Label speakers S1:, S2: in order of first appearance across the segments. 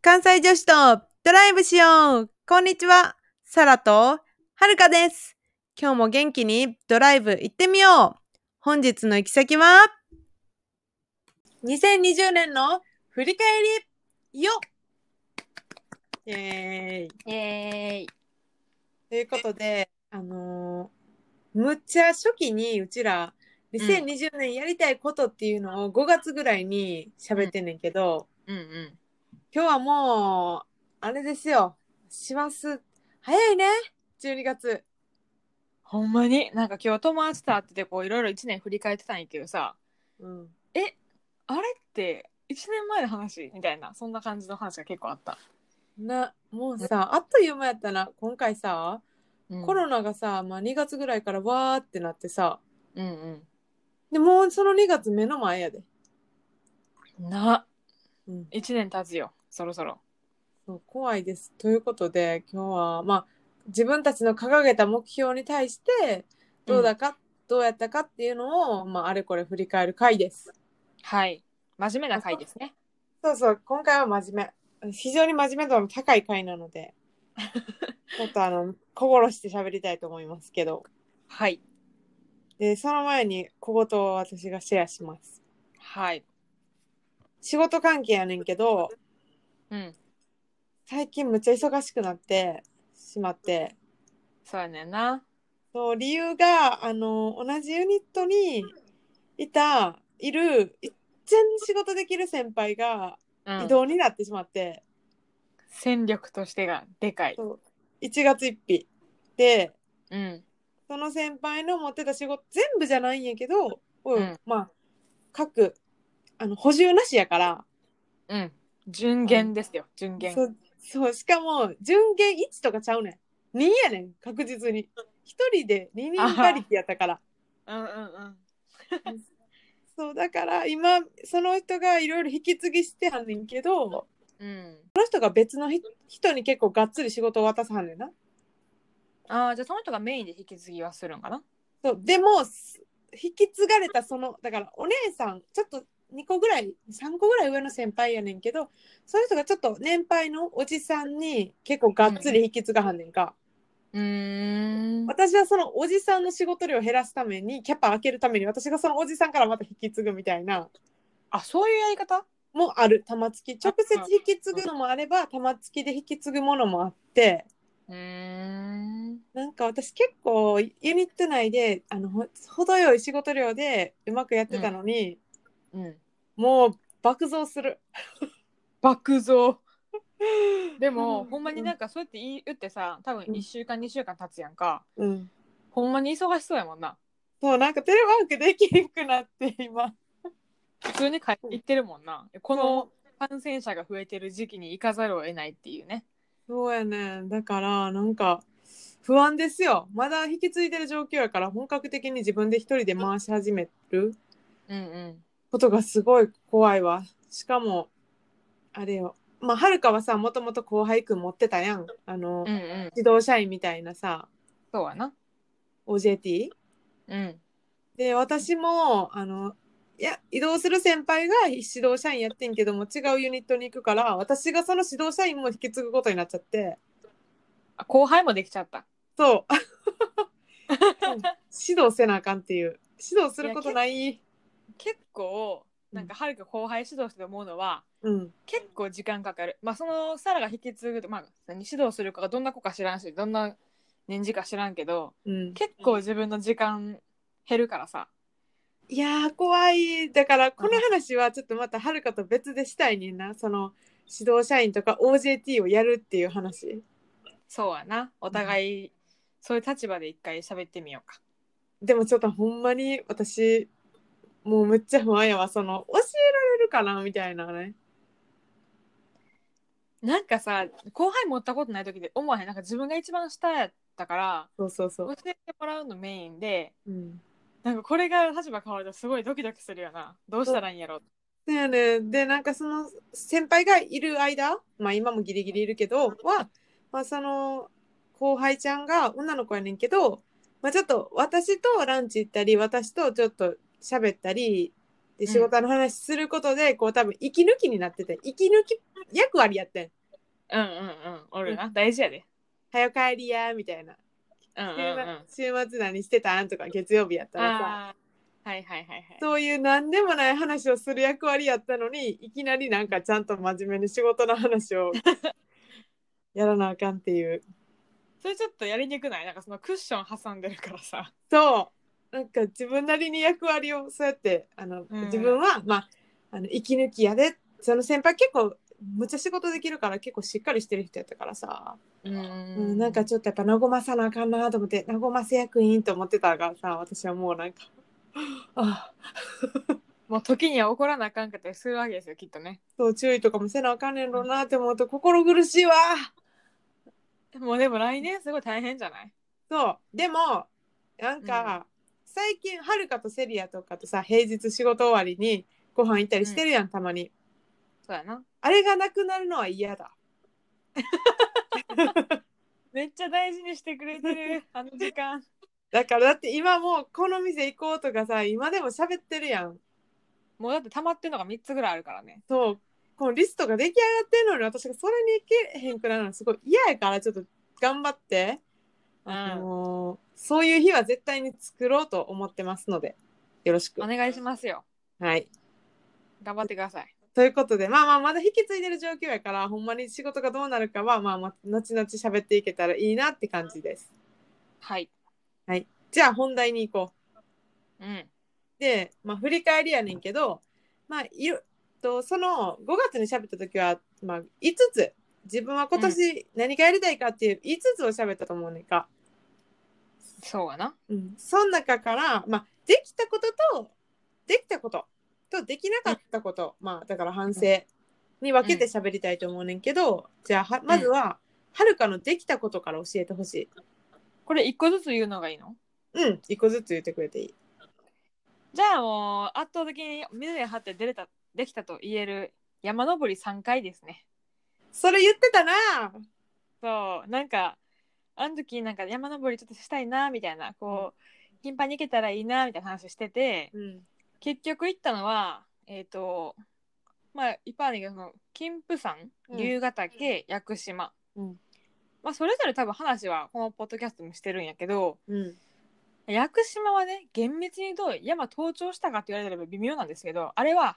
S1: 関西女子とドライブしようこんにちはサラとはるかです今日も元気にドライブ行ってみよう本日の行き先は2020年の振り返りよイエーイ
S2: えー、
S1: ということで、あのーむっちゃ初期にうちら2020年やりたいことっていうのを5月ぐらいに喋ってんねんけど、
S2: うんうん。
S1: 今日はもう、あれですよ。します。早いね。12月。
S2: ほんまになんか今日友達と会っててこういろいろ1年振り返ってたんやけどさ、
S1: うん。
S2: あれって1年前の話みたいな、そんな感じの話が結構あった。
S1: な、もうさ、あっという間やったな。今回さ、コロナがさ、まあ2月ぐらいからわーってなってさ、
S2: うん
S1: で、もうその2月目の前やで。
S2: うん。な、
S1: うん。
S2: 1年経つよ、そろそろ。
S1: そう怖いです。ということで、今日は、まあ、自分たちの掲げた目標に対して、どうだか、どうやったかっていうのを、まあ、あれこれ振り返る回です。
S2: はい。真面目な回ですね。
S1: そうそう、今回は真面目。非常に真面目度の高い回なの で、ちょっとあの、小殺して喋りたいと思いますけど。
S2: はい。
S1: で、その前に小言を私がシェアします。
S2: はい。
S1: 仕事関係やねんけど、
S2: うん。
S1: 最近むっちゃ忙しくなってしまって、
S2: そうやねんな。
S1: そう、理由が、あの、同じユニットにいた、いる、一然仕事できる先輩が
S2: うん
S1: 異動になってしまって、
S2: 戦力としてがでかい。
S1: そう1月1日で、
S2: うん。
S1: その先輩の持ってた仕事全部じゃないんやけど、うん
S2: うん
S1: まあ各あの補充なしやから
S2: うん。純減ですよ、純減。
S1: そうそうしかも準限1とかちゃうねん2やねん確実に1人で2人馬力やった から
S2: うんうんうん。
S1: そうだから今その人がいろいろ引き継ぎしてはんねんけどこ
S2: うん。
S1: の人が別のひ人に結構がっつり仕事を渡さはんねんな
S2: ああ、じゃあその人がメインで引き継ぎはするんかな
S1: そうでもす引き継がれたそのだからお姉さんちょっと2個ぐらい3個ぐらい上の先輩やねんけどその人がちょっと年配のおじさんに結構がっつり引き継がはんねんか、
S2: うーん。
S1: 私はそのおじさんの仕事量を減らすためにキャパ開けるために私がそのおじさんからまた引き継ぐみたいな
S2: あ、そういうやり方
S1: もある玉突き直接引き継ぐのもあれば玉突きで引き継ぐものもあって
S2: うーん。
S1: なんか私結構ユニット内であのほ程よい仕事量でうまくやってたのに、
S2: うん。
S1: もう爆増する。
S2: 爆 増。で
S1: う
S2: も、
S1: ん
S2: ほんまになんかそうやって言い言ってさ、多分
S1: うん
S2: 1週間、2週間経つやんか。
S1: うん。
S2: ほんまに忙しそうやもんな。
S1: そう、なんかテレワークできなくなって、今。
S2: 普通に帰行ってるもんな。この感染者が増えてる時期に行かざるを得ないっていうね。
S1: そうやねん。だから、なんか、不安ですよ。まだ引き継いでる状況やから、本格的に自分で一人で回し始める
S2: うんうん。
S1: ことがすごい怖いわ。しかも、あれよ。まあ、はるかはさ、もともと後輩くん持ってたやん。あの、
S2: うんうん。
S1: 自動社員みたいなさ、
S2: そうやな。
S1: OJT?
S2: うん。
S1: で私もあのいや移動する先輩が指導社員やってんけども違うユニットに行くから私がその指導社員も引き継ぐことになっちゃって
S2: あ後輩もできちゃった。
S1: そううん指導せなあかんっていう指導することない
S2: 結構、なんか、はるか後輩指導してて思うのは、
S1: うん
S2: 結構時間かかる。まあそのサラが引き継ぐと、まあ、何指導するかがどんな子か知らんしどんな年次か知らんけど
S1: うん
S2: 結構自分の時間減るからさ。
S1: いやー怖いだからこの話はちょっとまたはるかと別でしたいねんなその指導社員とか OJT をやるっていう話
S2: そうやなお互いそういう立場で一回喋ってみようか。
S1: でもちょっとほんまに私もうむっちゃ不安やわその教えられるかなみたいなね
S2: なんかさ後輩持ったことない時で思わへんなんか自分が一番下やったから
S1: そうそうそ
S2: 教
S1: う。
S2: えてもらうのメインで
S1: うん。
S2: なんかこれが立場変わるとすごいドキドキするよなどうしたらいいんやろ
S1: だよね。で、なんかその先輩がいる間、まあ今もギリギリいるけど、は、まあその後輩ちゃんが女の子やねんけど、まあちょっと私とランチ行ったり、私とちょっと喋ったり、で
S2: うん
S1: 仕事の話することで、こう多分息抜きになってて、息抜き役割やってん。
S2: うんうんうんおるな大事やで
S1: 早く帰りやみたいな
S2: うんうんう
S1: 週
S2: んあ
S1: 末週末何してたんとか月曜日やったらさ
S2: あーはいはいはいはい
S1: そういう何でもない話をする役割やったのにいきなりなんかちゃんと真面目に仕事の話をやらなあかんっていう
S2: それちょっとやりにくないなんかそのクッション挟んでるからさ
S1: そうなんか自分なりに役割をそうやってあの、
S2: うん
S1: 自分はまああの息抜きやでその先輩結構むっちゃ仕事できるから結構しっかりしてる人やったからさ、
S2: うん
S1: うん、なんかちょっとやっぱ和まさなあかんなと思って和ませ役員と思ってたからさ私はもうなんかああ
S2: もう時には怒らなあかんかったりするわけですよきっとね
S1: そう注意とかもせなあかんねんろうなって思うと心苦しいわ
S2: もうでも来年すごい大変じゃない
S1: そうでもなんか、最近はるかとセリアとかとさ平日仕事終わりにご飯行ったりしてるやん、たまに
S2: そうやな
S1: あれがなくなるのは嫌だ
S2: めっちゃ大事にしてくれ てるあの時間
S1: だからだって今もうこの店行こうとかさ今でも喋ってるやん
S2: もうだって溜まってるのが3つぐらいあるからね
S1: そうこのリストが出来上がってんのに私がそれに行けへんくなるのすごい嫌やからちょっと頑張って、あのーそういう日は絶対に作ろうと思ってますのでよろしく
S2: お願いしますよ
S1: はい
S2: 頑張ってください
S1: ということでまあまあまだ引き継いでる状況やからほんまに仕事がどうなるかはまあまあ後々喋っていけたらいいなって感じです
S2: はい
S1: じゃあ本題に行こ
S2: うん
S1: うで、まあ、振り返りやねんけどまあいろとその5月に喋った時は、まあ、5つ自分は今年何がやりたいかっていう5つを喋ったと思うねんか、
S2: そうやな
S1: うん、その中から、まあ、できたこととできたこととできなかったこと、まあだから反省に分けて喋りたいと思うねんけど、じゃあはまずは、はるかのできたことから教えてほしい
S2: これ1個ずつ言うのがいいの
S1: うん一個ずつ言ってくれていい
S2: じゃあもう圧倒的に水に張って出れたできたと言える山登り3回ですね
S1: それ言ってたな
S2: そうなんかあの時なんか山登りちょっとしたいなみたいなこう頻繁に行けたらいいなみたいな話してて
S1: うん
S2: 結局行ったのはえっ、とまあいっぱいあるんだけどその金峰山
S1: うん
S2: 龍ヶ岳、屋久島、
S1: うん
S2: まあそれぞれ多分話はこのポッドキャストもしてるんやけど
S1: うん
S2: 屋久島はね厳密にどう山登頂したかって言われれば微妙なんですけどあれは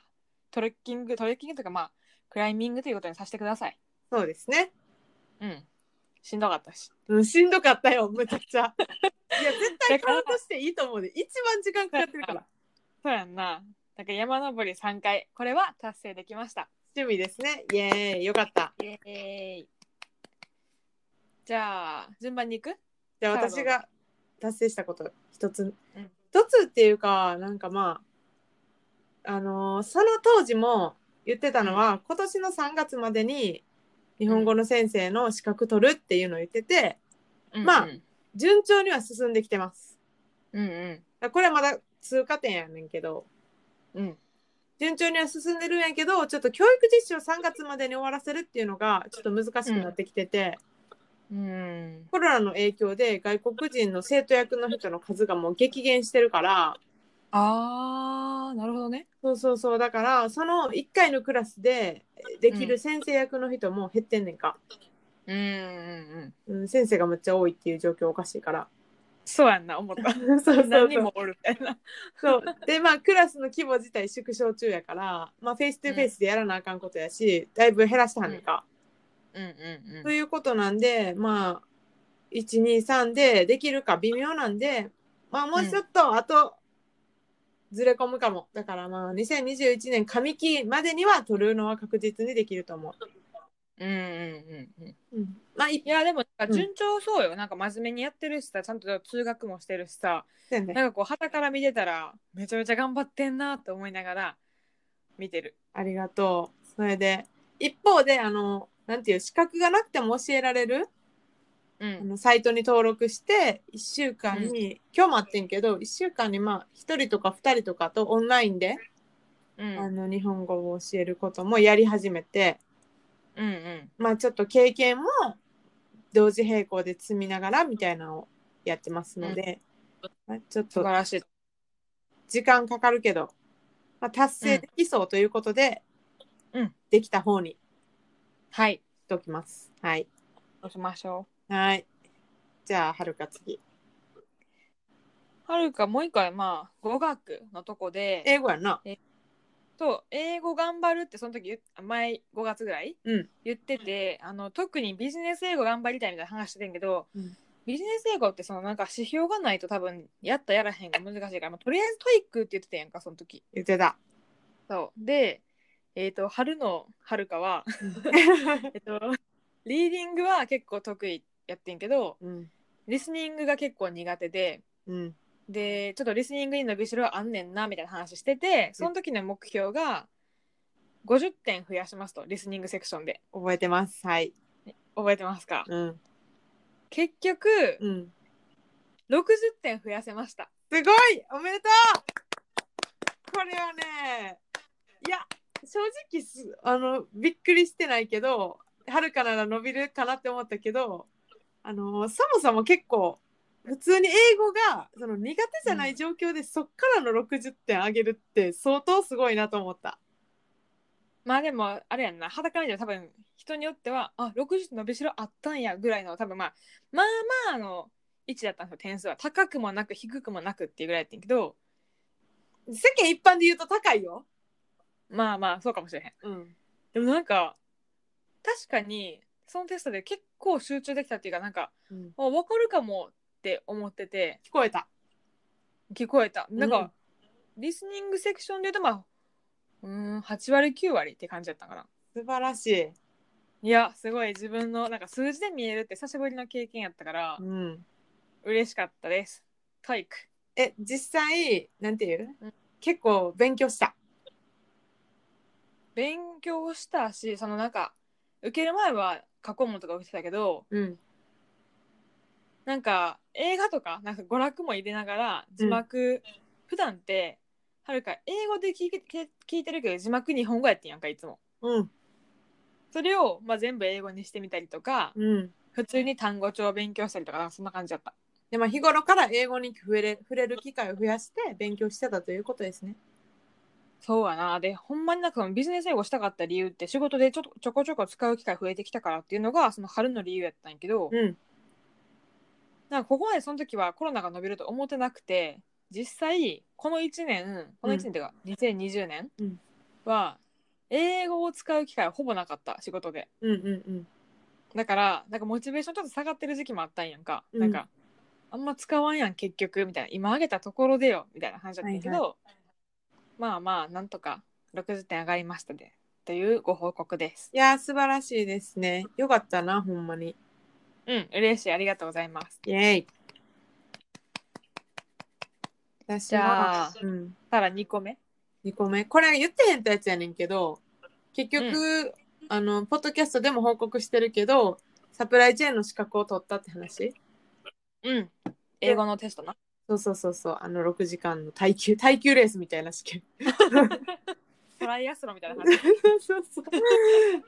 S2: トレッキングトレッキングというかまあクライミングということにさせてください
S1: そうですね
S2: うんしんどかったし
S1: うんしんどかったよむちゃく ちゃいや絶対カウントしていいと思うで一番時間かかってるから
S2: そうやんなだから山登り3回これは達成できました
S1: 趣味ですねイエーイよかった
S2: イエーイじゃあ順番に行く
S1: じゃあ
S2: さあどうぞ
S1: 私が達成したこと一つ、
S2: うん
S1: 一つっていうかなんかまああのーその当時も言ってたのは、今年の3月までに日本語の先生の資格取るっていうのを言ってて、
S2: うんうん
S1: まあ
S2: うん
S1: 順調には進んできてます
S2: うん
S1: だからこれはまだ通過点やねんけど
S2: うん
S1: 順調には進んでるんやけどちょっと教育実習を3月までに終わらせるっていうのがちょっと難しくなってきてて、
S2: うん
S1: コロナの影響で外国人の生徒役の人の数がもう激減してるから、
S2: あーなるほどね
S1: そうそうそうだからその1回のクラスでできる先生役の人も減ってんねんか、
S2: うんうんうん
S1: うん先生がめっちゃ多いっていう状況おかしいから
S2: そうやんな思った
S1: そうそうそ
S2: 何
S1: う
S2: 人もおるみたいな
S1: そうでまあクラスの規模自体縮小中やから、まあ、フェイス2フェイスでやらなあかんことやし、だいぶ減らしたはんねんか、
S2: うんうん
S1: ということなんでまあ123でできるか微妙なんでまあもうちょっとあとずれ込むかもだからまあ2021年上期までには取るのは確実にできると思
S2: うんうんうんうん
S1: う、うん、まあ一
S2: いやでもな
S1: うん
S2: んか順調そうよ、なんか真面目にやってるしさちゃんと通学もしてるしさ
S1: そうやね
S2: なんかこう旗から見てたらめちゃめちゃ頑張ってんなって思いながら見てる
S1: ありがとう。それで一方であのなんていう資格がなくても教えられる、あ
S2: うん
S1: のサイトに登録して1週間に、今日もあってんけど1週間にまあ1人とか2人とかとオンラインで、
S2: うん
S1: あの日本語を教えることもやり始めて
S2: うんうん
S1: まあちょっと経験も同時並行で積みながらみたいなのをやってますので、まあちょっ
S2: 素
S1: と
S2: 晴らしい
S1: 時間かかるけど、まあ、達成できそうということで、
S2: うん
S1: できた方に
S2: はい
S1: っておきます。はい。
S2: そうしましょ
S1: はい。じゃあ、はるか次。
S2: う。はるかもう一回まあ語学のとこで
S1: 英語やんな。
S2: と英語頑張るってその時言っ前5月ぐらい、
S1: うん
S2: 言っててあの特にビジネス英語頑張りたいみたいな話してたんやけど、
S1: うん
S2: ビジネス英語ってそのなんか指標がないと多分やったやらへんが難しいから、まあ、とりあえずトイックって言ってたやんかその時。
S1: 言ってた。
S2: そうで、えー、と春のはるかは、 えっと、リーディングは結構得意やってんけど
S1: うん。
S2: リスニングが結構苦手で
S1: うん。
S2: でちょっとリスニングに伸びしろあんねんなみたいな話しててその時の目標が50点増やしますとリスニングセクションで
S1: 覚えてます。はい。
S2: 覚えてますか
S1: うん。
S2: 結局
S1: うん。
S2: 60点増やせました
S1: すごいおめでとうこれはね、いや、正直す、あの、びっくりしてないけど、はるかなら伸びるかなって思ったけど、あの、そもそも結構、普通に英語がその苦手じゃない状況で、そっからの60点上げるって相当すごいなと思った。
S2: まあでもあれやんな裸見ても多分人によってはあ60伸びしろあったんやぐらいの多分まあまあまあの位置だったんですよ点数は高くもなく低くもなくっていうぐらいやってんけど
S1: 世間一般で言うと高いよ。
S2: まあまあそうかもしれへん
S1: うん。
S2: でもなんか確かにそのテストで結構集中できたっていうかなんか
S1: うん、
S2: あ分かるかもって思ってて
S1: 聞こえた。
S2: 聞こえたなんか、リスニングセクションで言うとまあうーん8割9割って感じだったかな
S1: 素晴らしい。
S2: いやすごい自分のなんか数字で見えるって久しぶりの経験やったから
S1: うん。
S2: 嬉しかったです体育
S1: え、実際、なんていう、
S2: うん
S1: 結構勉強した。
S2: 勉強したしそのなんか受ける前は過去問とか受けてたけど
S1: うん。
S2: なんか映画とかなんか娯楽も入れながら字幕、普段ってはるか英語で聞いて聞いてるけど字幕日本語やってんやんかいつも
S1: うん。
S2: それを、まあ、全部英語にしてみたりとか
S1: うん。
S2: 普通に単語帳を勉強したりとかなんかそんな感じだった
S1: でまあ、日頃から英語に触れる触れる機会を増やして勉強してたということですね。
S2: そうやなでほんまになんかそのビジネス英語したかった理由って仕事でちょっとちょこちょこ使う機会増えてきたからっていうのがその春の理由やったんやけど、
S1: うん。
S2: なんかここまでその時はコロナが伸びると思ってなくて実際この1年この1年っていうか2020年
S1: うん
S2: は英語を使う機会はほぼなかった仕事で
S1: うんうんうん。
S2: だからなんかモチベーションちょっと下がってる時期もあったんやんか、
S1: うん
S2: なんかあんま使わんやん結局みたいな今上げたところでよみたいな話だったんやけど、
S1: はい
S2: まあまあなんとか60点上がりましたでというご報告です
S1: いやー素晴らしいですね。よかったなほんまに。
S2: うん嬉しいありがとうございます
S1: イェイ。私
S2: じゃ
S1: は
S2: あ、
S1: うん、
S2: ただ2個目
S1: 2個目これ言ってへんってやつやねんけど結局、あのポッドキャストでも報告してるけどサプライチェーンの資格を取ったって話
S2: うん英語のテストな
S1: そうそうそうそうあの6時間の耐久耐久レースみたいな試験
S2: トライアスロンみたいな話
S1: そうそう。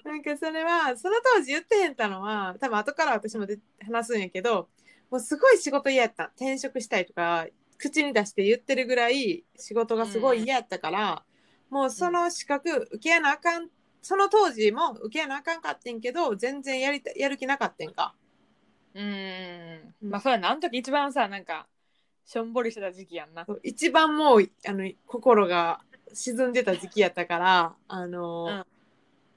S1: なんかそれはその当時言ってへんたのは多分後から私もで話すんやけどもうすごい仕事嫌やった転職したいとか口に出して言ってるぐらい仕事がすごい嫌やったから、もうその資格受けやなあかんその当時も受けやなあかんかってんけど全然やりたやる気なかってんか。
S2: うーん
S1: うん
S2: まあそうやなあの時一番さなんかしょんぼりしてた時期やんな
S1: 一番もうあの心が沈んでた時期やったからあの、
S2: うん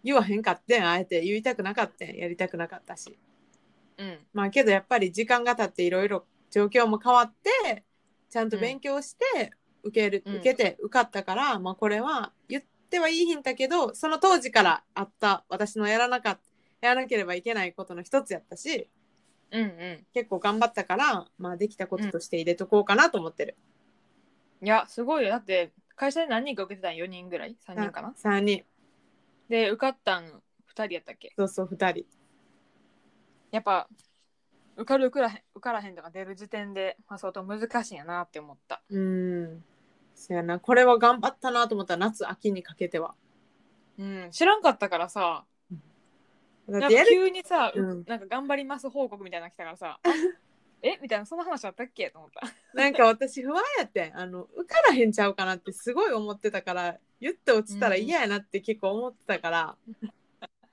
S1: 言わへんかってんあえて言いたくなかってんやりたくなかったし。
S2: うん
S1: まあけどやっぱり時間が経っていろいろ状況も変わってちゃんと勉強して受ける、
S2: うん
S1: 受けて受かったから、まあこれは言ってはいいひんだけどその当時からあった私のやらなかっやらなければいけないことの一つやったし
S2: うんう
S1: 結構頑張ったから、まあ、できたこととして入れとこうかなと思ってる、
S2: んいやすごいよだって会社で何人か受けてたん4人ぐらい3人かな
S1: 3人
S2: で受かったん2人やったっけ
S1: そうそう2人
S2: やっぱ受かる受からへん受からへんとか出る時点で、まあ、相当難しいんやなって思った
S1: うんそやなこれは頑張ったなと思った夏秋にかけては
S2: うん知らんかったからさ
S1: だ
S2: な
S1: っ
S2: ん
S1: てや
S2: か
S1: る
S2: 急にさ、
S1: うん
S2: なんか頑張ります報告みたいなの来たからさえみたいなそんな話あったっけと思った
S1: なんか私不安やってんあの受からへんちゃうかな ってすごい思ってたから言って落ちたら嫌やなって結構思ってたから、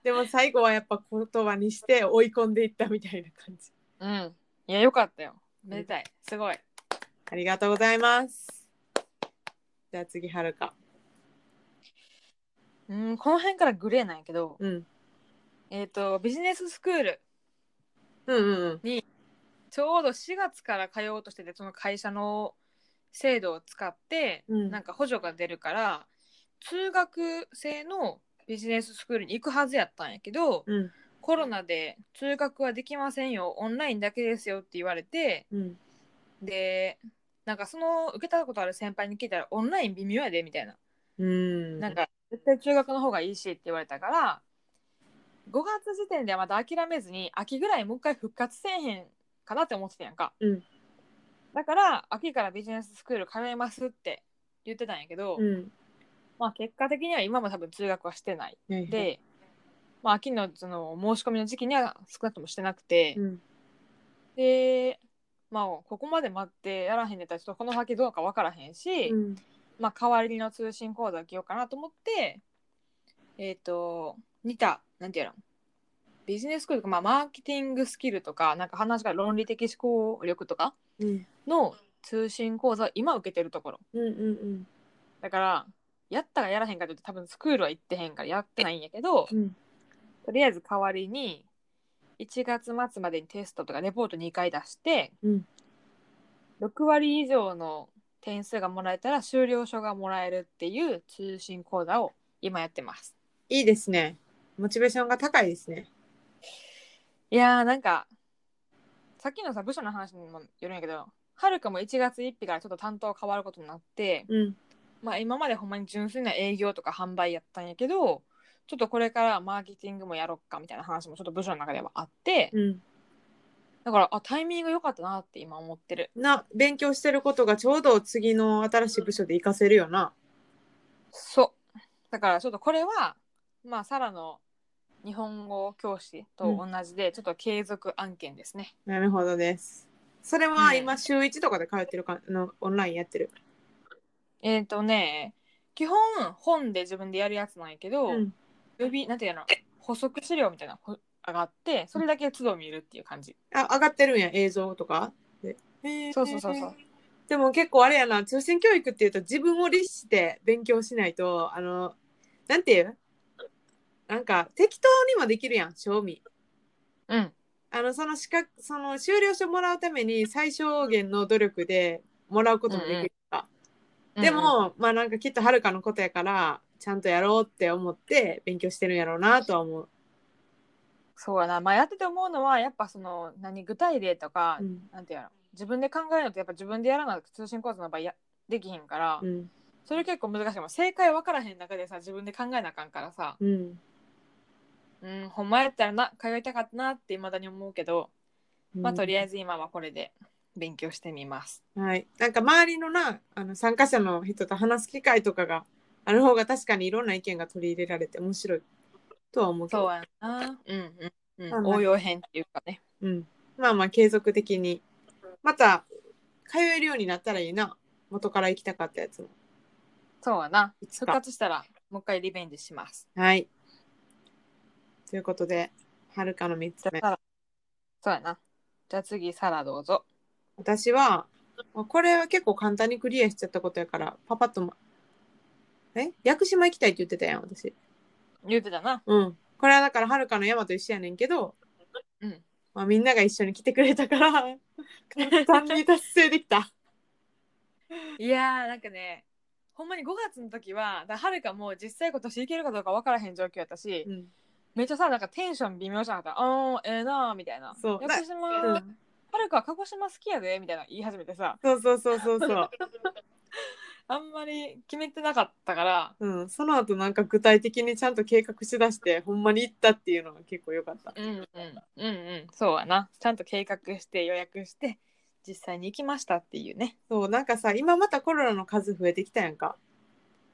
S1: でも最後はやっぱ言葉にして追い込んでいったみたいな感じ。
S2: うん。いや、よかったよ。めでたい。すごい。
S1: ありがとうございます。じゃあ次、はるか。
S2: うん、この辺からグレーなんやけど、
S1: うん。
S2: えっ、と、ビジネススクール、
S1: うんうん
S2: ちょうど4月から通おうとしてて、その会社の制度を使って、
S1: うん
S2: なんか補助が出るから、通学制のビジネススクールに行くはずやったんやけど、
S1: うん。うん
S2: コロナで通学はできませんよ、オンラインだけですよって言われて、
S1: うん。
S2: で、なんかその受けたことある先輩に聞いたら、オンライン微妙やでみたいな。
S1: うん。
S2: なんか絶対中学の方がいいしって言われたから5月時点ではまだ諦めずに秋ぐらいもう一回復活せえへんかなって思ってたやんか、
S1: うん
S2: だから秋からビジネススクール通いますって言ってたんやけど、
S1: うん。
S2: まあ、結果的には今も多分通学はしてない
S1: はいはい、
S2: で、まあ、秋のその申し込みの時期には少なくともしてなくて、
S1: うん。
S2: でまあここまで待ってやらへんでたらちょっとこの先どうか分からへんし、
S1: うん。
S2: まあ、代わりの通信講座を受けようかなと思って、えっ、と、似た、なんていうの、ビジネススクールとか、まあ、マーケティングスキルとか、なんか話が論理的思考力とか
S1: うん。
S2: の通信講座を今受けてるところ。
S1: うん。うん。
S2: だから、やったかやらへんかというと、多分スクールは行ってへんからやってないんやけど、
S1: うん。
S2: とりあえず代わりに、1月末までにテストとかレポート2回出して、
S1: うん
S2: 6割以上の点数がもらえたら修了証がもらえるっていう通信講座を今やってます。
S1: いいですね。モチベーションが高いですね。
S2: いやーなんかさっきのさ部署の話にもよるんやけどはるかも1月1日からちょっと担当変わることになって、
S1: うん。
S2: まあ、今までほんまに純粋な営業とか販売やったんやけどちょっとこれからマーケティングもやろっかみたいな話もちょっと部署の中ではあって
S1: うん。
S2: だからあタイミング良かったなって今思ってる。
S1: な、勉強してることがちょうど次の新しい部署で活かせるよな。
S2: そう。だからちょっとこれは、まあ、サラの日本語教師と同じで、ちょっと継続案件ですね。
S1: なるほどです。それ
S2: う
S1: は
S2: ん
S1: 今週一とかで通ってるかのオンラインやってる。
S2: えっ、とね、基本本で自分でやるやつなんやけど、
S1: うん。
S2: 予備、なんていうの、補足資料みたいなのがあって、それだけ都度見るっていう感じ。
S1: あ、上がってるんや、映像とか。でへー
S2: そうそうそうそう。
S1: でも結構あれやな、通信教育っていうと自分を律して勉強しないと、あの、なんていうなんか適当にもできるやん、賞味。
S2: うん。
S1: あの、その資格、その修了証もらうために最小限の努力でもらうこともできるか。でも、まあなんかきっとはるかのことやから、ちゃんとやろうって思って勉強してるんやろうなとは思う。
S2: そうやな、まあ、やってて思うのはやっぱその何具体例とか、
S1: うん。
S2: なんていうの自分で考えるのとやっぱ自分でやらなくて通信講座の場合やできひんから、
S1: うん。
S2: それ結構難しいもん正解分からへん中でさ自分で考えなあかんからさ
S1: うん。
S2: うんほんまやったらな通いたかったなっていまだに思うけど、まあとりあえず今はこれで勉強してみます
S1: はい、なんか周りのなあの参加者の人と話す機会とかがある方が確かにいろんな意見が取り入れられて面白いとは思うけど
S2: そうやなうんうん、うん
S1: まあまあ
S2: 応用編っていうかね
S1: うん、まあまあ継続的にまた通えるようになったらいいな元から行きたかったやつも
S2: そうやない
S1: つ
S2: 復
S1: か
S2: 活したらもう一回リベンジします
S1: はいということではるかの3つ
S2: じゃあ
S1: 目
S2: サラそうやなじゃあ次サラどうぞ
S1: 私はまあこれは結構簡単にクリアしちゃったことやからパパッとまえ屋久島行きたいって言ってたやん私
S2: 言うてたな
S1: うんこれはだからはるかの山と一緒やねんけど
S2: うん
S1: まあ、みんなが一緒に来てくれたから 簡単に達成できた。
S2: いやーなんかねほんまに5月の時ははるかもう実際今年行けるかどうか分からへん状況やったし、
S1: うん、
S2: めっちゃさなんかテンション微妙じゃなかった「あーええなー」みたいな「
S1: そう
S2: 屋久島、
S1: う
S2: は
S1: ん
S2: るか鹿児島好きやで」みたいな言い始めてさ
S1: そうそうそうそうそう。
S2: あんまり決めてなかったから
S1: うん、その後なんか具体的にちゃんと計画しだしてほんまに行ったっていうのが結構良かった。
S2: うんうんうんうんそうやなちゃんと計画して予約して実際に行きましたっていうね
S1: そうなんかさ今またコロナの数増えてきたやんか。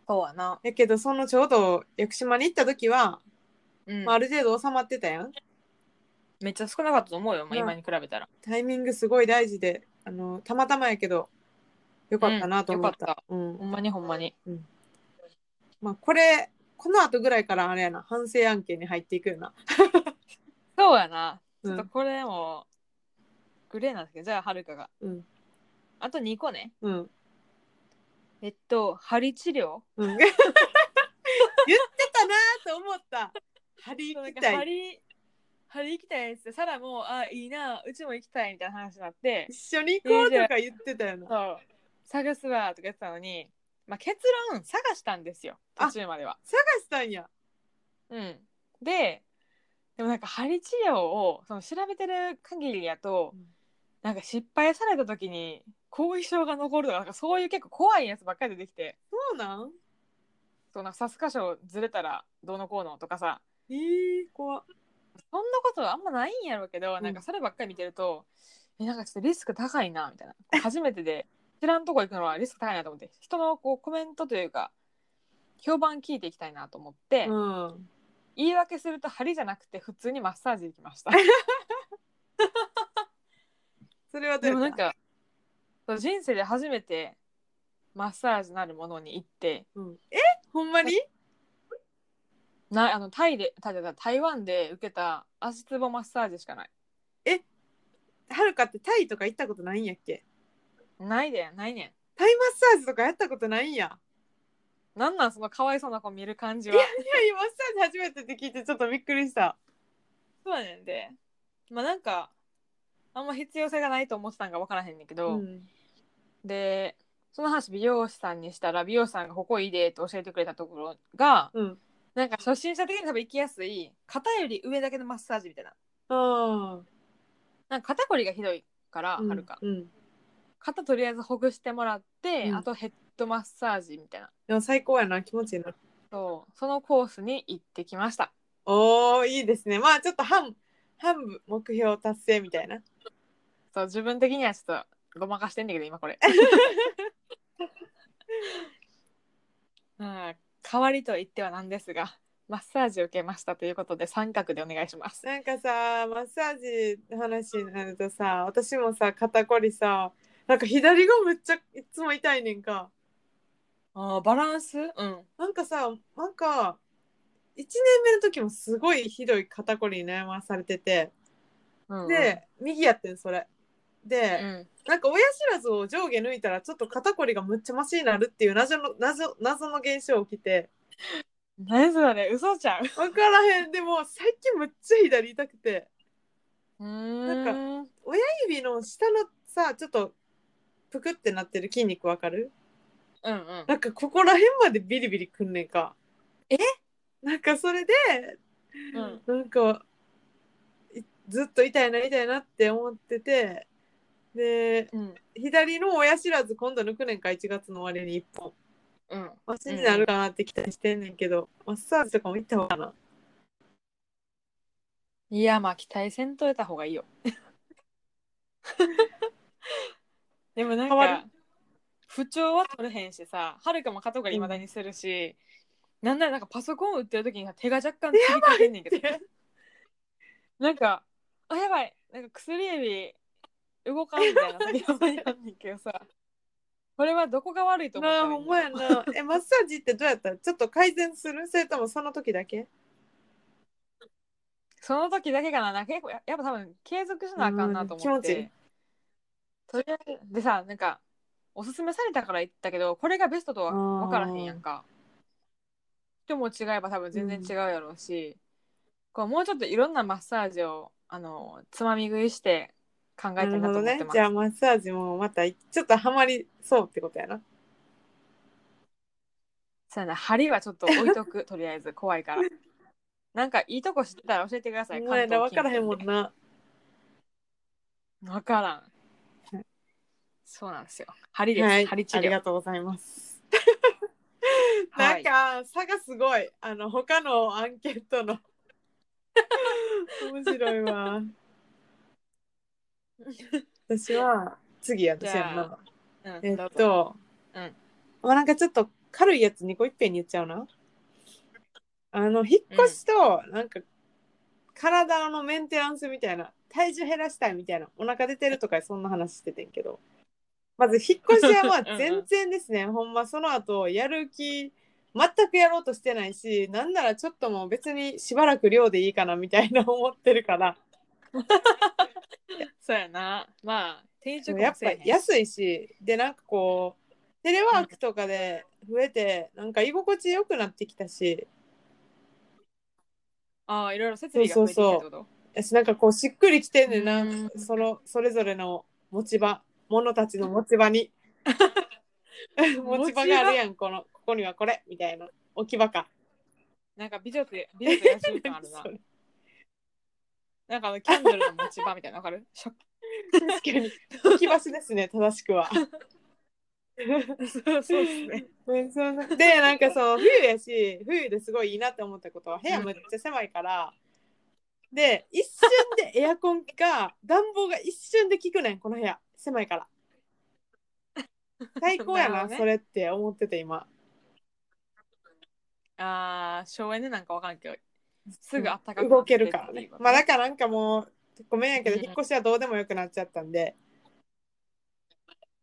S2: そうやな、
S1: やけどそのちょうど屋久島に行った時は、
S2: うん
S1: まあ、ある程度収まってたやん。
S2: めっちゃ少なかったと思うよ、まあ、
S1: うん
S2: 今に比べたら、
S1: タイミングすごい大事であのたまたまやけど良かったなと思った。うん
S2: ほんまにほんまに
S1: まあ、これこの後ぐらいからあれやな、反省案件に入っていくよな。
S2: そうやな。ち
S1: う
S2: ょっと
S1: ん、
S2: これも、グレーなんですけど、じゃあ、はるかが。
S1: うん、
S2: あと2個ね。
S1: うん。
S2: えっと、針治療
S1: うん 言ってたなーと思った。張り
S2: そうな
S1: 行
S2: ん
S1: き
S2: か
S1: たい。
S2: 針、針行きたいですサラも、あ、いいな、うちも行きたいみたいな話になって、
S1: 一緒に行こうとか言ってたよな。
S2: そう、探すわとか言ってたのに、まあ、結論、探したんですよ、
S1: あ
S2: 途中までは。
S1: 探したんや。
S2: うん。で、でもなんか、針治療をその調べてる限りやと、
S1: うん
S2: なんか失敗された時に後遺症が残るとか、なんかそういう結構怖いやつばっかり出てきて、
S1: そうなん
S2: そうなんか刺す箇所ずれたらどうのこうのとかさ、
S1: えー、怖っ
S2: そんなことあんまないんやろうけど、
S1: ん
S2: なんかそればっかり見てると、えなんかちょっとリスク高いなみたい な。初めてで知らんとこ行くのはリスク高いなと思って、人のこうコメントというか評判聞いていきたいなと思って、
S1: うん。
S2: 言い訳すると針じゃなくて普通にマッサージ行き ました。
S1: それはどう
S2: でもな
S1: や
S2: ん
S1: った
S2: かそう人生で初めてマッサージなるものに行って、
S1: うん、えほんまに
S2: なあのタイでタイじゃない台湾で受けた足つぼマッサージしかない。
S1: はるかってタイとか行ったことないんやっけ
S2: ないでないね
S1: タイマッサージとかやったことないんや。
S2: ん。なんなんそのかわいそうな子見る感じは。
S1: いやいやマッサージ初めてって聞いてちょっとびっくりした。
S2: そうやねんでまあなんかあんま必要性がないと思ってたんか分からへんねんけ
S1: う
S2: ど、
S1: ん、
S2: でその話美容師さんにしたら美容師さんがここいいでって教えてくれたところが
S1: うん、
S2: なんか初心者的に多分行きやすい肩より上だけのマッサージみたいな
S1: あ
S2: なんか肩こりがひどいから
S1: あ、
S2: はるか、
S1: うん、うん
S2: 肩とりあえずほぐしてもらって、
S1: うん
S2: あとヘッドマッサージみたいな
S1: でも最高やな気持ちいいな。
S2: そうそのコースに行ってきました
S1: おーいいですね。まあちょっと半半分目標達成みたいな。
S2: そう自分的にはちょっとごまかしてんだけど今これ まあ代わりと言ってはなんですがマッサージを受けましたということで三角でお願いします
S1: なんかさマッサージの話になるとさ私もさ肩こりさなんか左がめっちゃいつも痛いねんか。
S2: あーバランスうん
S1: なんかさなんか1年目の時もすごいひどい肩こりに悩まされてて。
S2: うん
S1: で、右やってんそれで、
S2: うん
S1: なんか親知らずを上下抜いたらちょっと肩こりがむっちゃマシになるっていう謎の謎謎の現象起きて
S2: 何それ嘘ちゃう
S1: 分からへんでも最近むっちゃ左痛くて
S2: な
S1: なん親指の下のさちょっとぷくってなってる筋肉わかる
S2: うんうん
S1: なんかここら辺までビリビリくんねんか
S2: え
S1: なんかそれで、
S2: うん
S1: なんかいずっと痛いな痛いなって思っててで
S2: うん
S1: 左の親知らず今度抜くねんか1月の終わりに1本
S2: うん
S1: マシになるかなって期待してんねんけど、マッサージとかも行った方がな。
S2: いやまあ期待せんといた方がいいよ でもなん
S1: 変わ
S2: か不調は取れへんしさはるかも肩こりいまだにするし、なんならなんかパソコン打ってる時にさ手が若干つりかけんねんけど
S1: やばいっ
S2: なんかあやばいなんか薬指動かんみたいな時たまにあんねんけどさこれはどこが悪いと思っ
S1: な
S2: た
S1: あ
S2: らい
S1: ほ
S2: い
S1: ん
S2: の
S1: まやな。 えマッサージってどうやったちょっと改善するそれともその時だけ
S2: その時だけかななんか結構ややっぱ多分継続しなあかんなと思っ
S1: うん気持ちいい
S2: て、とりあえずでさなんかおすすめされたから言ったけどこれがベストとは分からへんやんか人も違えば多分全然違うやろうし、こうもうちょっといろんなマッサージをあのつまみ食いして考え
S1: な
S2: たい
S1: る
S2: な
S1: ほ
S2: と思
S1: ど
S2: って
S1: ね
S2: ま。す、
S1: じゃあマッサージもまたいちょっとハマりそうってことやな。
S2: そうやな針はちょっと置いとくとりあえず怖いからなんかいいとこ知ってたら教えてください
S1: ほんまやな
S2: 関
S1: 分か
S2: 東近辺
S1: らへんも
S2: で
S1: んな。
S2: わからん。そうなんですよ。針です。
S1: はい、
S2: 針治
S1: あり
S2: 療
S1: が。とうござい ます。
S2: はい
S1: なんか差がすごい。あの他のアンケートの 面白いわ。私は次私やん
S2: じゃ
S1: な。
S2: うん
S1: えっ
S2: どうぞ
S1: と、
S2: うん
S1: まあなんかちょっと軽いやつ2個いっぺんに言っちゃうな。あの引っ越しと、なんか体のメンテナンスみたいな体重減らしたいみたいなお腹出てるとかそんな話しててんけどまず引っ越しはま
S2: うんう
S1: あ
S2: ん
S1: 全然ですねほんまその後やる気全くやろうとしてないしなんならちょっともう別にしばらく寮でいいかなみたいな思ってるから
S2: そうやなまあ転職も
S1: やっ
S2: せ
S1: ぱ
S2: えへん
S1: 安いしでなんかこうテレワークとかで増えてなんか居心地よくなってきたし
S2: ああいろいろ設備が増えてきたってこと
S1: 私なんかこうしっくりきてんねんな
S2: うん
S1: そのそれぞれの持ち場物たちの持ち場 に持ち場があるやんこのここにはこれみたいな置き場か
S2: なんか美女と美女と野獣感あるな
S1: それ
S2: なんかあのキャンドルの持ち場みたいなのわかる食
S1: 確かに置き場所ですね正しくは。
S2: そうそうっすね。
S1: うんそうなでなんかそう冬やし冬ですごいいいなって思ったことは部屋めっちゃ狭いから、で一瞬 でエアコンが暖房が一瞬で効くねんこの部屋狭いから最高や
S2: なる
S1: な
S2: ほどね
S1: それって思ってて今
S2: ああ、省エネなんかわかんないけど、すぐあったかくな
S1: 動
S2: って
S1: け
S2: ってい
S1: る
S2: う
S1: からね
S2: こと
S1: まあだからなんかもうごめんやけど
S2: うん
S1: 引っ越しはどうでもよくなっちゃったんで、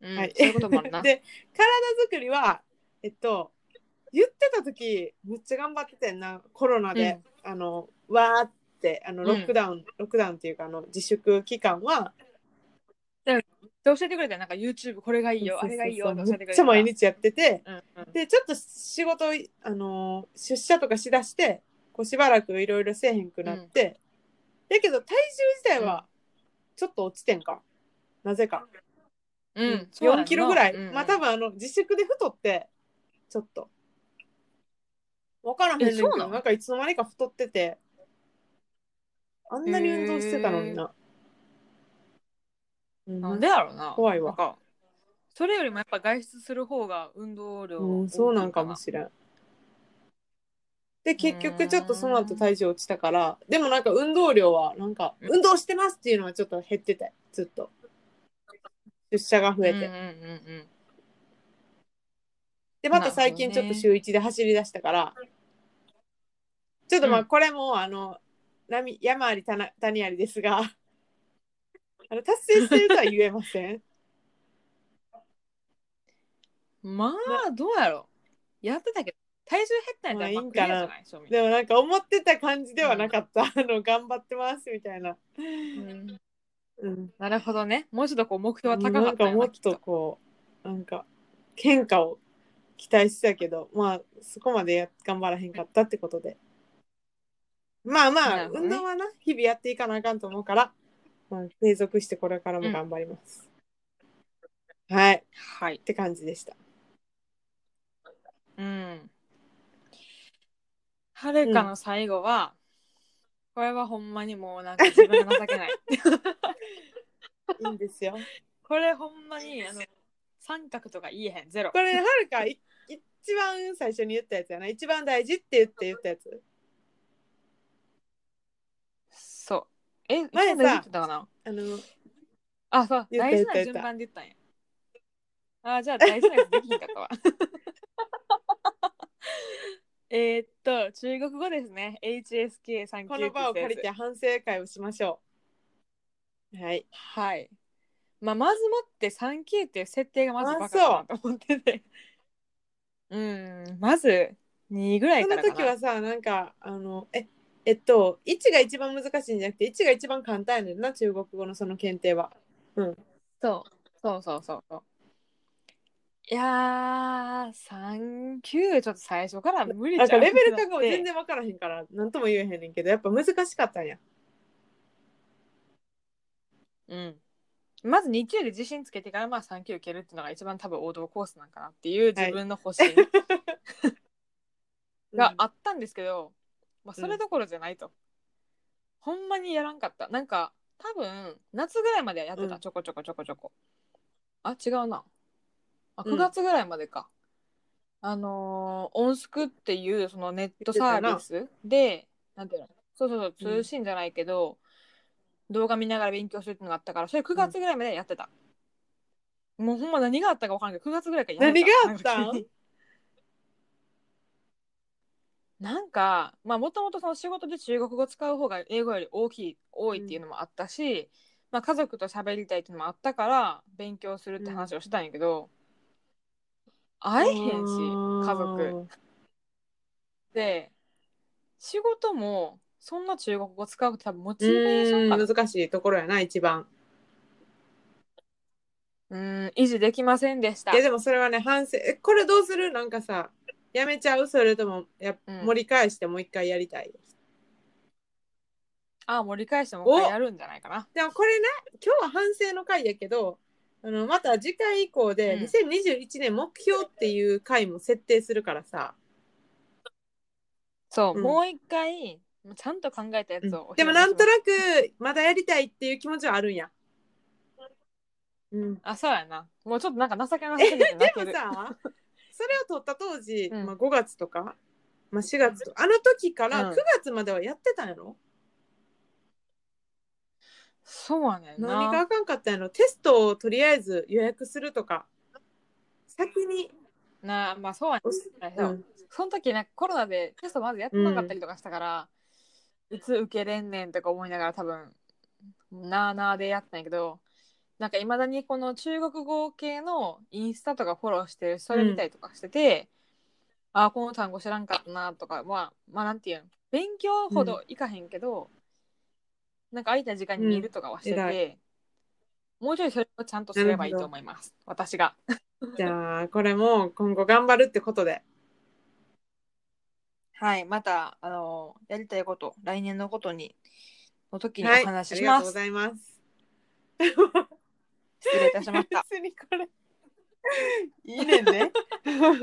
S2: うん
S1: はい
S2: そういうこともある な。
S1: で体作りはえっと言ってた時めっちゃ頑張っててんなコロナで、あのわーってあの
S2: うん
S1: ロックダウン、ロックダウンっていうかあの自粛期間は
S2: で教えてくれたよなんか YouTube これがいいよ、あ
S1: そうそうそう
S2: れがいいよって教えてく
S1: めっ
S2: れ
S1: ち
S2: た。
S1: ゃ毎日やってて
S2: うんうん
S1: でちょっと仕事あの出社とかしだしてこうしばらくいろいろせえへんくなって、だけど体重自体はちょっと落ちてんか、なぜか
S2: うん、
S1: 4キロぐらい、まあ多
S2: 分
S1: 分あの自粛で太ってちょっと分からへんねんけ
S2: えそう
S1: ど
S2: な
S1: な
S2: の
S1: んかいつの間にか太っててあんなに運動してたのにな、うん
S2: なんでやろうな。
S1: 怖いわ
S2: なんかそれよりもやっぱ外出する方が運動量
S1: う
S2: 多い
S1: ん、そうなんかもしれんで結局ちょっとその後体重落ちたからでもなんか運動量はなんか
S2: うん
S1: 運動してますっていうのはちょっと減ってたずっと出社が増えて、
S2: うんうんうんうん
S1: でまた最近
S2: なる
S1: ち
S2: ほど
S1: ょっ
S2: ね
S1: と週1で走り出したから、ちょっとま
S2: う
S1: あこれもあの波山あり谷谷ありですが あの達成してるとは言えません
S2: まあどうやろうやってたけど体重減ったんやったらまあ
S1: まあいいん
S2: クリア
S1: かな
S2: じゃない正味
S1: でもなんか思ってた感じではなかった、あの頑張ってますみたいな、
S2: うん
S1: うん、
S2: なるほどね。もうちょっとこう目標は高か
S1: な
S2: っ
S1: ん
S2: た
S1: か
S2: よ
S1: もっ
S2: きっ
S1: とこうなんか変化を期待してたけどまあそこまでや頑張らへんかったってことでまあま
S2: な
S1: あ、
S2: るほどね
S1: 運動はな日々やっていかなあかんと思うから、まあ、継続してこれからも頑張ります、はいっ
S2: はい。
S1: て感じでした
S2: うん。はるかの最後は、これはほんまにもうなんか自分が情 けない。
S1: いいんですよ
S2: これほんまにあの三角とか言えへん、ゼロ
S1: こ。れはるかい一番最初に言ったやつやな一番大事って言って言ったやつ
S2: そう。え、
S1: 前さ
S2: 一番大事って言ったかな
S1: あの
S2: あ、そう。
S1: 言った
S2: 大
S1: 言
S2: 事な
S1: った
S2: 順番で言ったんや。あー、じゃあ大事なやつできひんかったわ。 えーっと、中国語ですね。HSK39
S1: この場を借りて反省会をしましょうはい
S2: はい。まあ、まずもって3級っていう設定がまずバカだなと思ってて。うん、まず2ぐらい
S1: そ
S2: か
S1: の
S2: らかな。
S1: 時はさなんかあのええっと1が一番難しいんじゃなくて1が一番簡単やねんな中国語のその検定は
S2: そうそうそうそうそう。いやー、3級ちょっと最初から無理
S1: なん
S2: ちゃ
S1: か
S2: う
S1: レベル感が全然分からへんから何とも言えへんねんけどやっぱ難しかったんや
S2: うん。まず2級で自信つけてからまあ3級受けるっていうのが一番多分王道コースなんかなっていう自分の保身があったんですけど、まあ、それどころじゃないと、ほんまにやらんかったなんか多分夏ぐらいまではやってた、
S1: うん
S2: ちょこちょこちょこちょこあ違うなあ
S1: うん
S2: 9月ぐらいまでか、あのー、オンスクっていうそのネットサービスでなんていうのそうそうそう
S1: うん
S2: 通信じゃないけど、動画見ながら勉強するっていうのがあったからそれ9月ぐらいまでやってた、もうほんま何があったか分からんけど9月ぐらいからやめ
S1: 何
S2: た
S1: があった
S2: なんか急
S1: ん
S2: になんかまあもともとその仕事で中国語使う方が英語より大きい多いっていうのもあったし、まあ、家族と喋りたいっていうのもあったから勉強するって話をしてたんやけど、会えへんし家族で仕事もそんな中国語使うと多分モチ
S1: う
S2: ベーションが
S1: ん難しいところやな一番
S2: うん維持できませんでした
S1: いやでもそれはね反省えこれどうするなんかさやめちゃうそれともや、
S2: うん
S1: 盛り返してもう一回やりたい
S2: あ盛り返してもう一回やるんじゃないかな
S1: でもこれね今日は反省の回やけどあのまた次回以降で
S2: うん
S1: 2021年目標っていう回も設定するからさ、
S2: そう、
S1: うん
S2: もう一回ちゃんと考えたやつをお披露目します、
S1: でもなんとなくまだやりたいっていう気持ちはあるんやうん
S2: あそうやなもうちょっとなんか情けなさすぎて泣け
S1: でも
S2: る
S1: さそれを取った当時、
S2: うん
S1: まあ、5月とか、まあ、4月とかあの時から
S2: うん
S1: 9月まではやってたんやろ、
S2: そうやねんな
S1: 何があかんかったんやろテストをとりあえず予約するとか先に、
S2: なあまあそうやねん
S1: う
S2: そう、
S1: ん、
S2: その時なんかコロナでテストまずやってなかったりとかしたから、いつ受けれんねんとか思いながら多分なあなあでやったんやけどなんかいまだにこの中国語系のインスタとかフォローしてるそれ見たりとかしてて、ああこの単語知らんかったなとかまあまあなんていうん勉強ほどいかへんけど、なんか空いた時間に見るとかはして
S1: うん偉
S2: て、もうちょいそれをちゃんとすればいいと思います私が。
S1: じゃあこれも今後頑張るってことで
S2: はい、また、あの、やりたいこと、来年のことに、の時にお
S1: はい
S2: 話し
S1: あ
S2: し
S1: りがと
S2: ま
S1: うご
S2: す。
S1: ざいます
S2: 失礼いたし ました。
S1: 別にこれいいねんで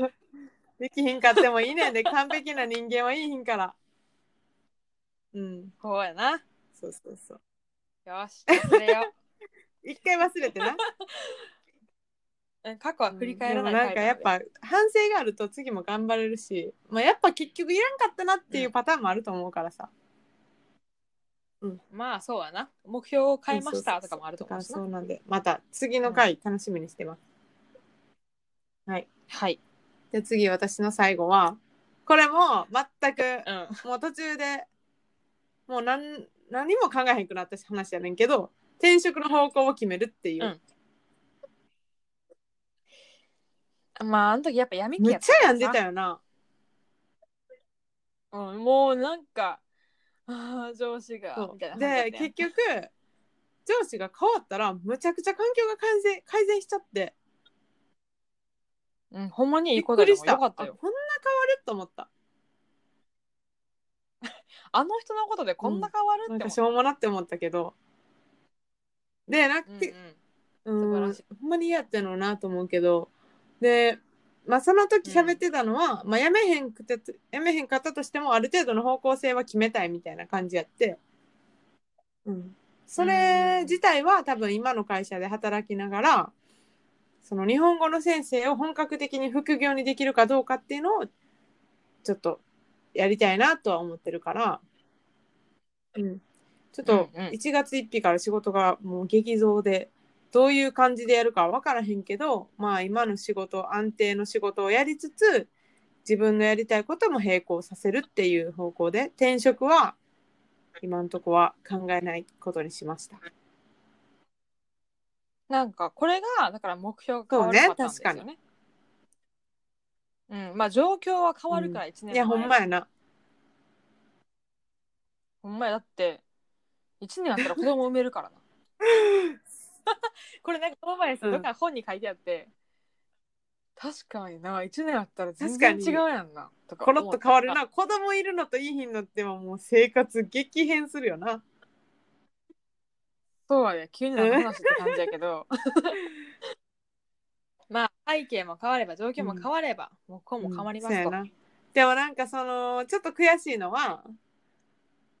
S1: できひんかってもいいねんで完璧な人間はいいひんからうん
S2: こうやな。
S1: そうそうそう
S2: よし、忘れ よ
S1: 一回忘れてな
S2: う。うん過去は振り返らない
S1: でもなんかやっぱ反省があると次も頑張れるし、まあ、やっぱ結局いらんかったなっていうパターンもあると思うからさ、
S2: まあ、そうやな。目標を変えました
S1: そ
S2: と
S1: うそう
S2: か
S1: そう
S2: もあると思うし
S1: そ
S2: な。
S1: うなんでまた次の回楽しみにしてます、
S2: はい。
S1: じゃあ次私の最後はこれも全く
S2: うん。
S1: もう途中でもう何何も考えへんくなった話やねんけど転職の方向を決めるっていう、
S2: うんまあ、あの時やっぱ闇期
S1: め
S2: や
S1: っ
S2: っ
S1: ちゃ
S2: たから
S1: 病んでたよな
S2: うん、もうなんか、ああ、上司が、
S1: そ
S2: みたいな
S1: う
S2: 話やったや
S1: で
S2: ん。
S1: 結局上司が変わったらむちゃくちゃ環境が改善改善しちゃって
S2: うん、ほんまにい
S1: びっ
S2: いこ
S1: く
S2: とで
S1: り
S2: も
S1: した
S2: よかった
S1: あ
S2: よ。
S1: こんな変わると思った
S2: あの人のことでこんな変わる
S1: なん
S2: って
S1: かし
S2: 思
S1: ょうもなって思ったけどでなんか、
S2: う。うんうん
S1: うん
S2: 素晴らしい
S1: ほんまに嫌やったのなと思うけどで、まあ、その時喋ってたのは、まあ、やめへんくてやめへんかったとしてもある程度の方向性は決めたいみたいな感じやって、うん、それ自体は多分今の会社で働きながらその日本語の先生を本格的に副業にできるかどうかっていうのをちょっとやりたいなとは思ってるから、うん、ちょっと
S2: うんうん
S1: 1月1日から仕事がもう激増でどういう感じでやるか分からへんけどまあ今の仕事安定の仕事をやりつつ自分のやりたいことも並行させるっていう方向で転職は今のとこは考えないことにしました。
S2: なんかこれがだから目標が変わるパターンですよね。うん、まあ状況は変わるから1年前、
S1: いやほんまやな。
S2: ほんまやだって1年だったら子供産めるから なこれなんかこの前さ、
S1: うん
S2: どっか本に書いてあって確かにな1年だったら全然
S1: 確か
S2: 違
S1: に
S2: うやんなとか
S1: コロ
S2: 思
S1: ッ
S2: っ
S1: と
S2: た
S1: 変わるな子供いるのといいひんのってはもう生活激変するよな
S2: そうやね急に何の話って感じやけど まあ背景も変われば状況も変われば、目標も変わります
S1: うんそ
S2: と、
S1: うやなでもなんかそのちょっと悔しいのは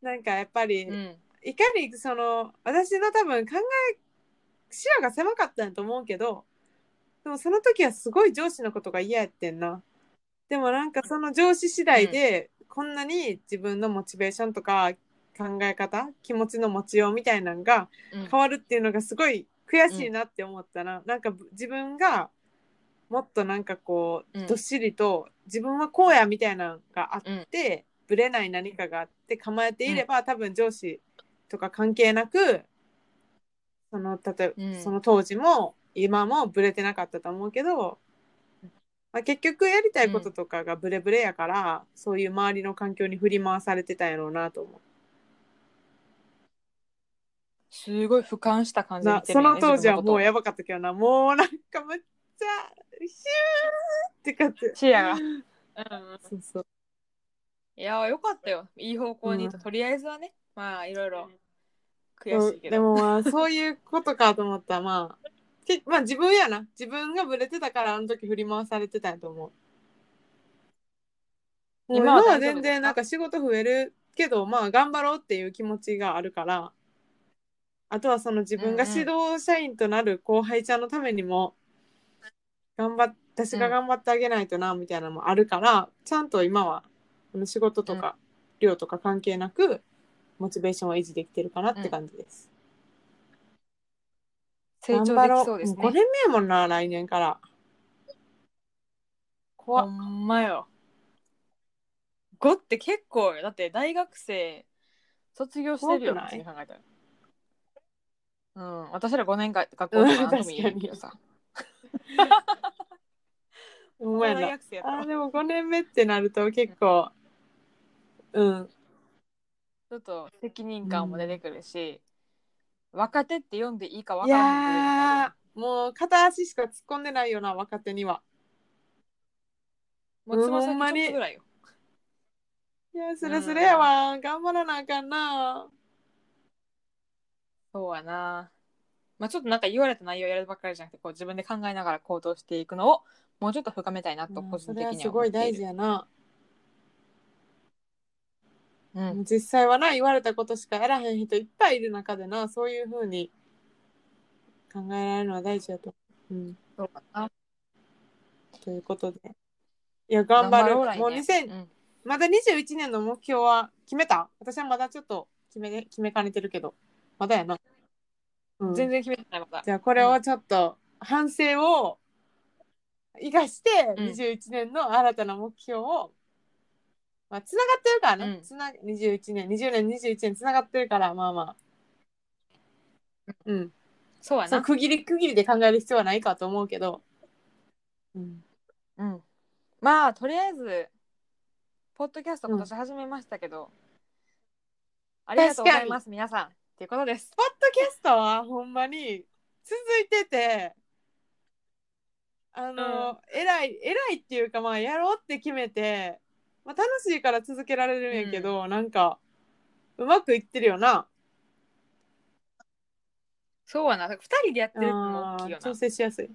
S1: なんかやっぱり、
S2: うん
S1: いかにその私の多分考え視野が狭かったんやと思うけどでもその時はすごい上司のことが嫌やってんなでもなんかその上司次第でこんなに自分のモチベーションとか考え方気持ちの持ちようみたいなのが
S2: うん
S1: 変わるっていうのがすごい悔しいなって思ったな、なんかぶ自分がもっとなんかこ
S2: うん
S1: うどっしりと自分はこうやみたいなのがあって、ぶれない何かがあって構えていれば、多分上司とか関係なくその例えば、
S2: うん
S1: その当時も今もぶれてなかったと思うけどまあ、結局やりたいこととかがブレブレやから、そういう周りの環境に振り回されてたんやろうなと思
S2: すごい俯瞰した感
S1: う、
S2: じで見
S1: な
S2: てる
S1: そ
S2: よね
S1: の当時はも
S2: 自分のこ
S1: う
S2: と
S1: やばかったけどなもうなんかむっちゃシューって感じ
S2: 視野がうんうん
S1: そうそう
S2: いやーよかったよいい方向にと、とりあえずはねまあいろいろ悔しいけ
S1: で
S2: ど
S1: もまあそういうことかと思ったらまあけまあ自分やな自分がブレてたからあの時振り回されてたんやと思う今
S2: 今は
S1: は
S2: 大丈夫ですか
S1: 全然なんか仕事増えるけどまあ頑張ろうっていう気持ちがあるからあとはその自分が指導社員となる後輩ちゃんのためにも頑張っ私が頑張ってあげないとなみたいなのもあるから、ちゃんと今はあの仕事とか量とか関係なくモチベーションは維持できてるかなって感じです。
S2: 成長できそうです
S1: 5年
S2: ね
S1: 目やもんな、来年から。怖
S2: ほ
S1: っ。
S2: んまよ5って結構よだって大学生卒業してるよ
S1: 多くない
S2: 普通に考えたらうん私ら5年間学校とか何とも言えるけどさ
S1: ほんま
S2: 大
S1: やな。
S2: 学生やった
S1: あ
S2: ら
S1: ー、でも5年目ってなると結構、うん。
S2: ちょっと責任感も出てくるし、若手って読んでいいか
S1: い
S2: 分からへん
S1: やー、もう片足しか突っ込んでないよな、若手には。
S2: もうつま
S1: ほんま
S2: 先
S1: に
S2: ちょっとぐらいよ
S1: いや、それそれやわ。頑張らなあかんな。
S2: そうやなまあちょっとなんか言われた内容やるばっかりじゃなくてこう自分で考えながら行動していくのをもうちょっと深めたいなと
S1: うん
S2: 個
S1: それ
S2: 人的
S1: は
S2: に
S1: す
S2: は思
S1: ご
S2: っ
S1: い
S2: てい
S1: 大
S2: る
S1: 事やな。
S2: うん
S1: 実際はな、言われたことしかやらへん人いっぱいいる中でな、そういうふうに考えられるのは大事やと思う。うん。
S2: そうかな
S1: ということで。いや、頑張る。
S2: ろう来年
S1: もう2000、
S2: ん
S1: まだ21年の目標は決めた私はまだちょっと決め決めかねてるけど、まだやな。うん、
S2: 全然決めてないまだ
S1: じゃあこれをちょっと反省を生かして、
S2: うん
S1: 21年の新たな目標を、まあ、つながってるからね、
S2: うん
S1: つな21年、20年、21年つながってるから、まあまあ。うん。
S2: そうや
S1: そう
S2: な
S1: 区切り区切りで考える必要はないかと思うけど。うん。
S2: うんまあとりあえずポッドキャスト今年始めましたけど、ありがとうございます皆さんっていうことです
S1: ポッドキャストはほんまに続いててあの、偉い偉いっていうかまあやろうって決めて、まあ、楽しいから続けられるんやけど、なんかうまくいってるよな
S2: そうやな2人でやってるのも大きいよ
S1: あー
S2: な
S1: 調整しやすい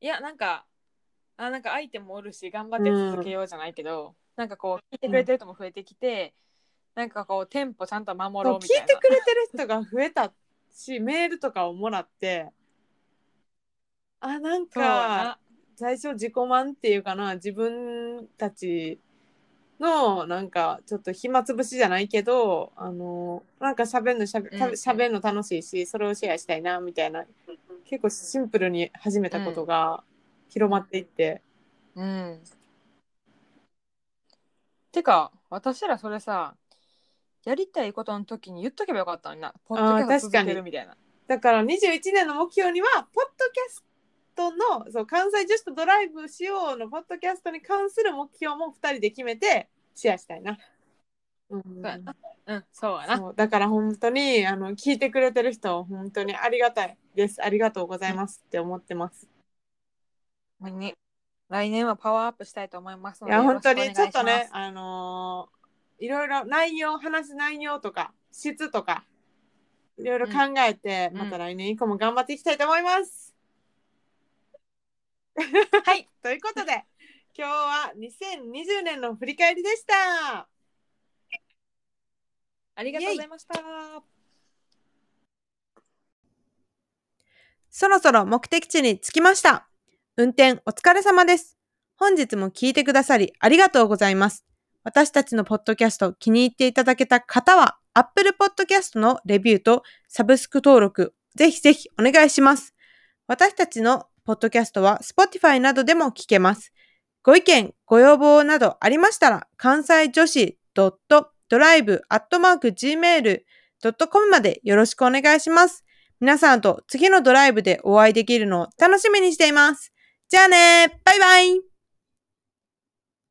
S2: いやなんかあなんか相手もおるし頑張って続けようじゃないけど、なんかこう聞いてくれてる人も増えてきて、なんかこうテンポちゃんと守
S1: そ
S2: ろ
S1: う
S2: う
S1: 聞
S2: み
S1: い
S2: たい
S1: て
S2: な
S1: くれてる人が増えたしメールとかをもらってあなん
S2: そう
S1: か
S2: やな
S1: 最初自己満っていうかな自分たちのなんかちょっと暇つぶしじゃないけどあのなんか喋るのしゃべ
S2: うんうん
S1: しゃべるの楽しいしそれをシェアしたいなみたいな結構シンプルに始めたことが広まっていって、
S2: うんてか私らそれさやりたいことの時に言っとけばよかったのになポッドキャスト続けるみたいな
S1: だから21年の目標にはポッドキャストのそう関西女子とドライブしようのポッドキャストに関する目標も2人で決めてシェアしたいな。うん
S2: そうやなうんそうやな
S1: そうだから本当にあの聞いてくれてる人本当にありがたいですありがとうございますって思ってます。
S2: ほんまに来年はパワーアップしたいと思いますの
S1: い
S2: で
S1: や
S2: よろ
S1: 本
S2: し
S1: 当
S2: くお願い
S1: にちょっと
S2: しま
S1: ね
S2: す
S1: あのーいろいろ内容話す内容とか質とかいろいろ考えて、
S2: うん
S1: また来年以降も頑張っていきたいと思います。
S2: はい
S1: ということで今日は2020年の振り返りでした。
S2: ありがとうございました
S1: そろそろ目的地に着きました。運転お疲れ様です。本日も聞いてくださりありがとうございます。私たちのポッドキャスト気に入っていただけた方は、Apple Podcast のレビューとサブスク登録、ぜひぜひお願いします。私たちのポッドキャストは Spotify などでも聞けます。ご意見、ご要望などありましたら、関西女子 .drive.gmail.com までよろしくお願いします。皆さんと次のドライブでお会いできるのを楽しみにしています。じゃあねバイバイ